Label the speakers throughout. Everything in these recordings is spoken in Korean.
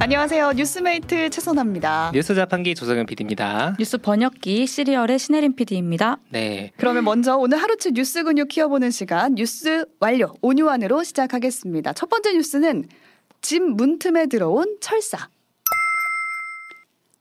Speaker 1: 안녕하세요. 뉴스메이트 최선아입니다.
Speaker 2: 뉴스 자판기 조성현 PD입니다.
Speaker 3: 뉴스 번역기 시리얼의 신혜림 PD입니다.
Speaker 2: 네.
Speaker 1: 그러면 먼저 오늘 하루치 뉴스 근육 키워보는 시간 뉴스 완료 온유안으로 시작하겠습니다. 첫 번째 뉴스는 집 문틈에 들어온 철사.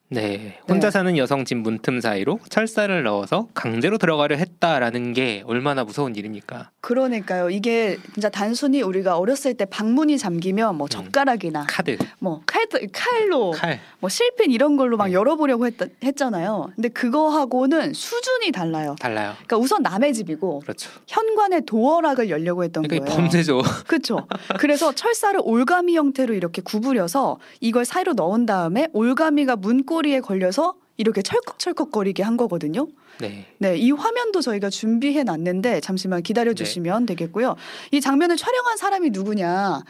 Speaker 2: 네. 혼자
Speaker 1: 네.
Speaker 2: 사는 여성 집 문틈 사이로 철사를 넣어서 강제로 들어가려 했다라는 게 얼마나 무서운 일입니까?
Speaker 1: 그러니까요. 이게 진짜 단순히 우리가 어렸을 때 방문이 잠기면 뭐 젓가락이나
Speaker 2: 카드,
Speaker 1: 뭐 칼, 칼로
Speaker 2: 음. 칼.
Speaker 1: 뭐 실핀 이런 걸로 막
Speaker 2: 네.
Speaker 1: 열어보려고 했, 했잖아요. 근데 그거하고는 수준이 달라요.
Speaker 2: 달라요.
Speaker 1: 그러니까 우선 남의 집이고
Speaker 2: 그렇죠.
Speaker 1: 현관의 도어락을 열려고 했던
Speaker 2: 그러니까
Speaker 1: 거예요.
Speaker 2: 범죄죠.
Speaker 1: 그렇죠. 그래서 철사를 올가미 형태로 이렇게 구부려서 이걸 사이로 넣은 다음에 올가미가 문고리에 걸려서 이렇게 철컥철컥거리게 한 거거든요.
Speaker 2: 네.
Speaker 1: 네, 이 화면도 저희가 준비해 놨는데 잠시만
Speaker 2: 네.
Speaker 1: 기다려 주시면 되겠고요. 이 장면을 촬영한 사람이 누구냐?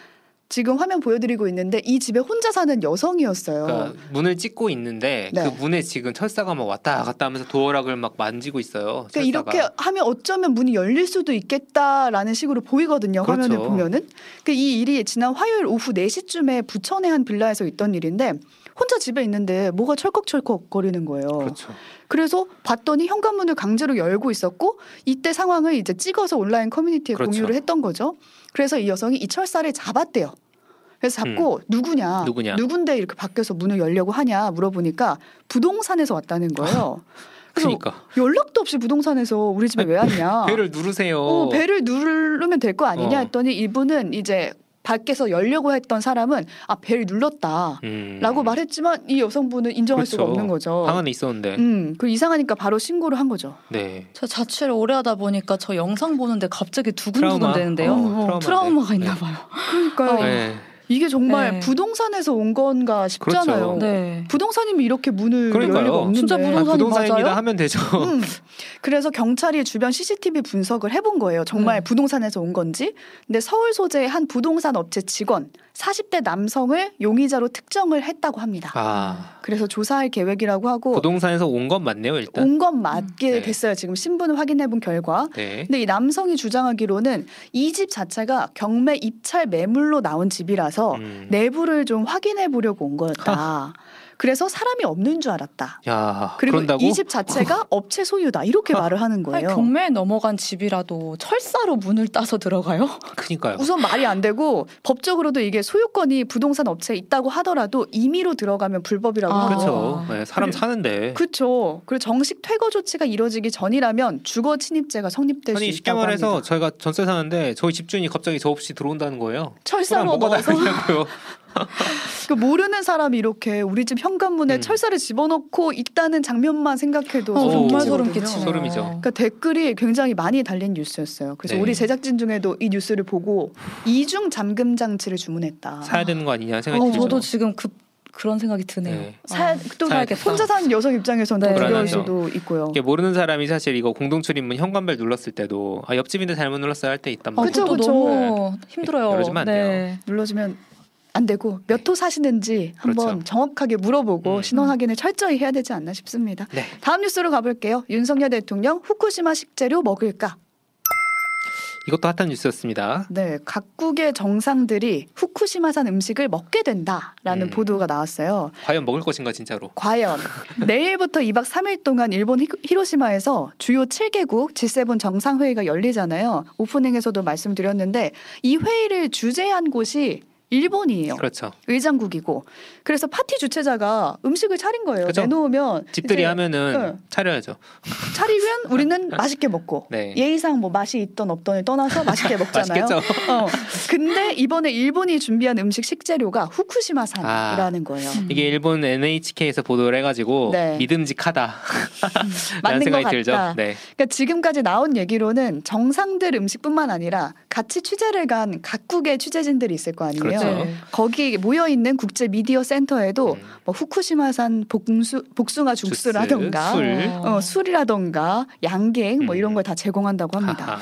Speaker 1: 지금 화면 보여드리고 있는데 이 집에 혼자 사는 여성이었어요.
Speaker 2: 그러니까 문을 찍고 있는데
Speaker 1: 네.
Speaker 2: 그 문에 지금 철사가 막 왔다 갔다 하면서 도어락을 막 만지고 있어요.
Speaker 1: 그러니까
Speaker 2: 철사가.
Speaker 1: 이렇게 하면 어쩌면 문이 열릴 수도 있겠다라는 식으로 보이거든요. 화면을
Speaker 2: 그렇죠.
Speaker 1: 보면은. 그이 일이 지난 화요일 오후 4시쯤에 부천의 한 빌라에서 있던 일인데 혼자 집에 있는데 뭐가 철컥철컥 거리는 거예요.
Speaker 2: 그렇죠.
Speaker 1: 그래서 봤더니 현관문을 강제로 열고 있었고 이때 상황을 이제 찍어서 온라인 커뮤니티에
Speaker 2: 그렇죠.
Speaker 1: 공유를 했던 거죠. 그래서 이 여성이 이 철사를 잡았대요. 그래서 잡고 누구냐,
Speaker 2: 음. 누구냐.
Speaker 1: 누군데 이렇게 밖에서 문을 열려고 하냐 물어보니까 부동산에서 왔다는 거예요. 그래서
Speaker 2: 그러니까
Speaker 1: 연락도 없이 부동산에서 우리 집에 왜 왔냐?
Speaker 2: 배를 누르세요.
Speaker 1: 아. 어, 배를 누르면 될 거 아니냐
Speaker 2: 어.
Speaker 1: 했더니 이분은 이제 밖에서 열려고 했던 사람은 아 배를 눌렀다.
Speaker 2: 음.
Speaker 1: 라고 말했지만 이 여성분은 인정할 수가
Speaker 2: 그렇죠. 네.
Speaker 1: 없는 거죠.
Speaker 2: 방 안에 있었는데.
Speaker 1: 음, 그 이상하니까 바로 신고를 한 거죠.
Speaker 2: 네.
Speaker 3: 저 자취를 오래 하다 보니까 저 영상 보는데 갑자기 두근두근
Speaker 2: 트라우마.
Speaker 3: 되는데요.
Speaker 1: 어,
Speaker 2: 트라우마인데.
Speaker 3: 트라우마가
Speaker 2: 네.
Speaker 3: 있나 봐요.
Speaker 1: 그러니까요.
Speaker 3: 어.
Speaker 2: 네.
Speaker 1: 이게 정말
Speaker 3: 네.
Speaker 1: 부동산에서 온 건가 싶잖아요.
Speaker 2: 그렇죠.
Speaker 3: 네.
Speaker 1: 부동산이면 이렇게 문을 열
Speaker 2: 그러니까요.
Speaker 1: 리가 없는데.
Speaker 3: 진짜
Speaker 2: 아,
Speaker 3: 부동산- 부동산이
Speaker 2: 부동산입니다
Speaker 3: 맞아요?
Speaker 2: 하면 되죠.
Speaker 1: 음. 그래서 경찰이 주변 CCTV 분석을 해본 거예요. 정말
Speaker 2: 음.
Speaker 3: 네.
Speaker 1: 부동산에서 온 건지. 근데 서울 소재의 한 부동산 업체 직원 40대 남성을 용의자로 특정을 했다고 합니다.
Speaker 2: 아
Speaker 1: 그래서 조사할 계획이라고 하고
Speaker 2: 부동산에서 온 건 맞네요 일단.
Speaker 1: 어. 온 건 맞게
Speaker 2: 네.
Speaker 1: 됐어요. 지금 신분을 확인해본 결과.
Speaker 2: 네.
Speaker 1: 근데 이 남성이 주장하기로는 이 집 자체가 경매 입찰 매물로 나온 집이라서
Speaker 2: 음.
Speaker 1: 내부를 좀 확인해 보려고 온 거였다. 그래서 사람이 없는 줄 알았다.
Speaker 2: 야
Speaker 1: 그리고
Speaker 2: 그런다고
Speaker 1: 이 집 자체가 업체 소유다 이렇게 말을 하는
Speaker 3: 아니,
Speaker 1: 거예요.
Speaker 3: 경매에 넘어간 집이라도 철사로 문을 따서 들어가요?
Speaker 2: 그니까요.
Speaker 1: 우선 말이 안 되고 법적으로도 이게 소유권이 부동산 업체에 있다고 하더라도 임의로 들어가면 불법이라고
Speaker 3: 아,
Speaker 1: 하고
Speaker 2: 그렇죠.
Speaker 3: 아.
Speaker 2: 네, 사람
Speaker 1: 그래-
Speaker 2: 사는데.
Speaker 1: 그렇죠. 그리고 정식 퇴거 조치가 이루어지기 전이라면 주거 침입죄가 성립될 수
Speaker 2: 아니 쉽게
Speaker 1: 있다고
Speaker 2: 말해서
Speaker 1: 합니다.
Speaker 2: 저희가 전세 사는데 저희 집주인이 갑자기 저 없이 들어온다는 거예요.
Speaker 1: 철사로
Speaker 2: 뭐가
Speaker 1: 넣어서
Speaker 2: 다르냐고요.
Speaker 1: 그 모르는 사람이 이렇게 우리 집 현관문에
Speaker 2: 음.
Speaker 1: 철사를 집어넣고 있다는 장면만 생각해도
Speaker 3: 어, 정말
Speaker 1: 소름
Speaker 3: 소름
Speaker 1: 끼치거든요.
Speaker 3: 끼치네요. 어,
Speaker 2: 소름이죠.
Speaker 1: 그러니까 댓글이 굉장히 많이 달린 뉴스였어요. 그래서
Speaker 2: 네.
Speaker 1: 우리 제작진 중에도 이 뉴스를 보고 이중 잠금 장치를 주문했다.
Speaker 2: 사야 되는 거 아니냐 생각이
Speaker 3: 어,
Speaker 2: 들죠.
Speaker 3: 저도 지금 급 그런 생각이 드네요. 아.
Speaker 2: 네.
Speaker 3: 어.
Speaker 1: 사야- 또
Speaker 2: 사야겠다.
Speaker 1: 혼자 사는 여성 입장에서는 더
Speaker 3: 네.
Speaker 1: 두려울
Speaker 2: 불안하죠.
Speaker 1: 수도 있고요.
Speaker 2: 이게 모르는 사람이 사실 이거 공동 출입문 현관벨 눌렀을 때도 아 옆집인데 잘못 눌렀어요 할 때 있단
Speaker 3: 아,
Speaker 2: 말이에요.
Speaker 1: 그쵸,
Speaker 3: 그것도
Speaker 1: 그쵸.
Speaker 3: 너무 힘들어요.
Speaker 2: 네.
Speaker 3: 네.
Speaker 2: 이러지면 안 돼요.
Speaker 1: 눌러주면 안 되고 몇 호 사시는지 한번
Speaker 2: 그렇죠.
Speaker 1: 정확하게 물어보고
Speaker 2: 음.
Speaker 1: 신원 확인을 철저히 해야 되지 않나 싶습니다.
Speaker 2: 네.
Speaker 1: 다음 뉴스로 가볼게요. 윤석열 대통령 후쿠시마 식재료 먹을까?
Speaker 2: 이것도 핫한 뉴스였습니다.
Speaker 1: 네, 각국의 정상들이 후쿠시마산 음식을 먹게 된다라는
Speaker 2: 음.
Speaker 1: 보도가 나왔어요.
Speaker 2: 과연 먹을 것인가 진짜로.
Speaker 1: 과연 내일부터 2박 3일 동안 일본 히- 히로시마에서 주요 7개국 G7 정상회의가 열리잖아요. 오프닝에서도 말씀드렸는데 이 회의를 주재한 곳이 일본이에요.
Speaker 2: 그렇죠.
Speaker 1: 의장국이고. 그래서 파티 주최자가 음식을 차린 거예요.
Speaker 2: 그죠.
Speaker 1: 내놓으면
Speaker 2: 집들이
Speaker 1: 이제 네.
Speaker 2: 하면은 차려야죠.
Speaker 1: 차리면 우리는 맛있게 먹고
Speaker 2: 네.
Speaker 1: 예의상 뭐 맛이 있던 없던을 떠나서 맛있게 먹잖아요.
Speaker 2: 맛있겠죠.
Speaker 1: 어. 근데 이번에 일본이 준비한 음식 식재료가 후쿠시마산이라는
Speaker 2: 아.
Speaker 1: 거예요.
Speaker 3: 음.
Speaker 2: 이게 일본 NHK에서 보도를 해가지고
Speaker 1: 네.
Speaker 2: 믿음직하다 라는
Speaker 1: 맞는 것
Speaker 2: 생각이
Speaker 1: 같다.
Speaker 2: 들죠. 네.
Speaker 1: 그러니까 지금까지 나온 얘기로는 정상들 음식뿐만 아니라 같이 취재를 간 각국의 취재진들이 있을 거 아니에요.
Speaker 2: 그렇죠.
Speaker 3: 네.
Speaker 1: 거기 모여 있는 국제 미디어 센터에도
Speaker 2: 음.
Speaker 1: 뭐 후쿠시마산 복수, 복숭아 중수라던가
Speaker 2: 주스, 술.
Speaker 1: 어, 술이라던가 양갱 뭐
Speaker 2: 음.
Speaker 1: 이런 걸 다 제공한다고 합니다.
Speaker 2: 하하.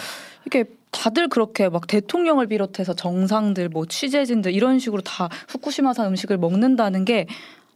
Speaker 3: 이게 다들 그렇게 막 대통령을 비롯해서 정상들 뭐 취재진들 이런 식으로 다 후쿠시마산 음식을 먹는다는 게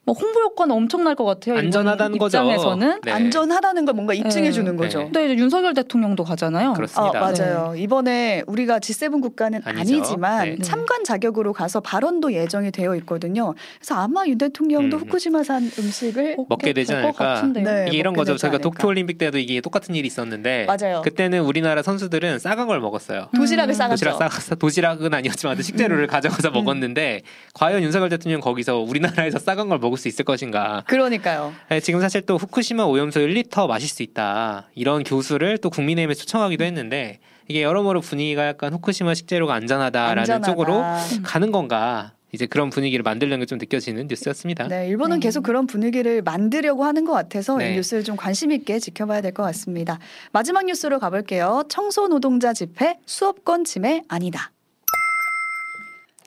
Speaker 3: 뭐 홍보 효과는 엄청날 것 같아요. 일본
Speaker 2: 안전하다는 거죠.
Speaker 3: 입장에서는.
Speaker 2: 네.
Speaker 1: 안전하다는 걸 뭔가 입증해
Speaker 3: 네.
Speaker 1: 주는 거죠.
Speaker 2: 네.
Speaker 3: 근데 이제 윤석열 대통령도 가잖아요.
Speaker 1: 어,
Speaker 2: 그렇습니다.
Speaker 1: 맞아요.
Speaker 3: 네.
Speaker 1: 이번에 우리가 G7 국가는
Speaker 2: 아니죠.
Speaker 1: 아니지만
Speaker 2: 네.
Speaker 1: 참관 자격으로 가서 발언도 예정이 되어 있거든요. 그래서 아마 윤 대통령도
Speaker 2: 음.
Speaker 1: 후쿠시마산 음식을
Speaker 2: 먹게 그러니까. 되지
Speaker 3: 어, 될
Speaker 2: 않을까.
Speaker 3: 것 같은데요.
Speaker 1: 네.
Speaker 2: 이게 이런
Speaker 1: 먹게
Speaker 2: 거죠.
Speaker 1: 되지
Speaker 2: 저희가
Speaker 1: 않을까.
Speaker 2: 도쿄 올림픽 때도 이게 똑같은 일이 있었는데
Speaker 1: 맞아요.
Speaker 2: 그때는 우리나라 선수들은 싸간 걸 먹었어요.
Speaker 1: 도시락을
Speaker 3: 음.
Speaker 1: 싸갔죠. 음.
Speaker 2: 도시락 싸가서 도시락은 아니었지만 식재료를 가져가서 먹었는데 과연 윤석열 대통령 거기서 우리나라에서 싸간 걸 먹을 수 있을 것인가?
Speaker 1: 그러니까요.
Speaker 2: 네, 지금 사실 또 후쿠시마 오염수 1리터 마실 수 있다 이런 교수를 또 국민의힘에 초청하기도 했는데 이게 여러모로 분위기가 약간 후쿠시마 식재료가 아, 안전하다라는
Speaker 1: 안전하다.
Speaker 2: 쪽으로
Speaker 3: 음.
Speaker 2: 가는 건가 이제 그런 분위기를 만들려는 게 좀 느껴지는 뉴스였습니다.
Speaker 1: 네, 일본은
Speaker 3: 네.
Speaker 1: 계속 그런 분위기를 만들려고 하는 것 같아서
Speaker 2: 네.
Speaker 1: 이 뉴스를 좀 관심 있게 지켜봐야 될 것 같습니다. 마지막 뉴스로 가볼게요. 청소 노동자 집회 수업권 침해 아니다.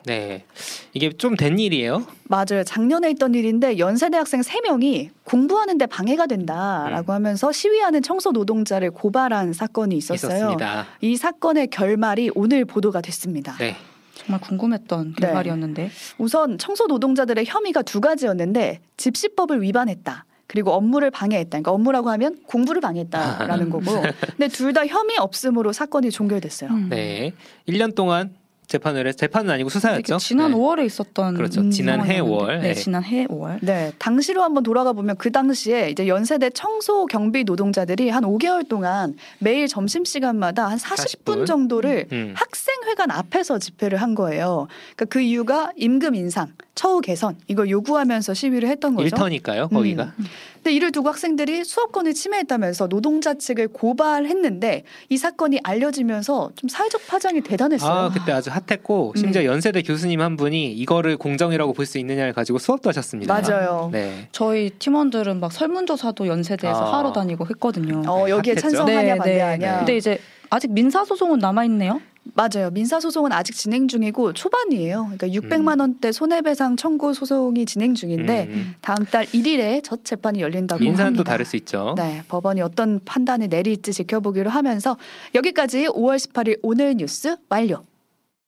Speaker 2: 네, 이게 좀 된 일이에요.
Speaker 1: 맞아요. 작년에 있던 일인데 연세대 학생 3명이 공부하는데 방해가
Speaker 2: 음.
Speaker 1: 된다라고 하면서 시위하는 청소 노동자를 고발한 사건이 있었어요.
Speaker 2: 있었습니다.
Speaker 1: 이 사건의 결말이 오늘 보도가 됐습니다.
Speaker 2: 네,
Speaker 3: 정말 궁금했던 그
Speaker 1: 네.
Speaker 3: 결말이었는데.
Speaker 1: 우선 청소 노동자들의 혐의가 두 가지였는데 집시법을 위반했다. 그리고 업무를 방해했다. 그러니까 업무라고 하면 공부를
Speaker 2: 아.
Speaker 1: 방해했다라는 거고. 근데 둘 다 혐의 없음으로 사건이 종결됐어요.
Speaker 3: 음.
Speaker 2: 네, 1년 동안 재판을 해 재판은 아니고
Speaker 3: 이게
Speaker 2: 수사였죠.
Speaker 3: 지난
Speaker 2: 네.
Speaker 3: 5월에 있었던
Speaker 2: 그렇죠.
Speaker 1: 음,
Speaker 2: 지난해
Speaker 3: 상황이었는데.
Speaker 2: 5월.
Speaker 3: 네, 지난해 5월.
Speaker 1: 네, 당시로 한번 돌아가 보면 그 당시에 이제 연세대 청소 경비 노동자들이 한 5개월 동안 매일 점심 시간마다 한 40분
Speaker 2: 40분?
Speaker 1: 정도를
Speaker 2: 음.
Speaker 1: 학생회관 앞에서 집회를 한 거예요. 그러니까 그 이유가 임금 인상, 처우 개선 이걸 요구하면서 시위를 했던 거죠.
Speaker 2: 일터니까요 어,
Speaker 3: 음.
Speaker 2: 거기가
Speaker 1: 음, 근데 이를 두고 학생들이 수업권을 침해했다면서 노동자 측을 고발했는데 이 사건이 알려지면서 좀 사회적 파장이 대단했어요. 네.
Speaker 2: 아 그때 아주 핫했고 심지어 연세대 교수님 한 분이 이거를 공정이라고 볼 수 있느냐를 가지고 수업도 하셨습니다
Speaker 1: 맞아요.
Speaker 2: 네
Speaker 3: 저희 팀원들은 막 설문조사도 연세대에서
Speaker 2: 아.
Speaker 3: 하러 다니고 했거든요.
Speaker 1: 어, 여기에
Speaker 2: 핫했죠.
Speaker 1: 찬성하냐
Speaker 3: 네,
Speaker 1: 반대하냐.
Speaker 2: 네.
Speaker 3: 근데 이제 아직 민사 소송은 남아 있네요.
Speaker 1: 맞아요. 민사 소송은 아직 진행 중이고 초반이에요. 그러니까 600만 원대 손해배상 청구 소송이 진행 중인데 아,
Speaker 2: 음.
Speaker 1: 다음 달 1일에 첫 재판이 열린다고
Speaker 2: 인사는
Speaker 1: 합니다.
Speaker 2: 또 다를 수 있죠
Speaker 1: 네, 법원이 어떤 판단을 내릴지 지켜보기로 하면서 여기까지 5월 18일 오늘 뉴스 완료.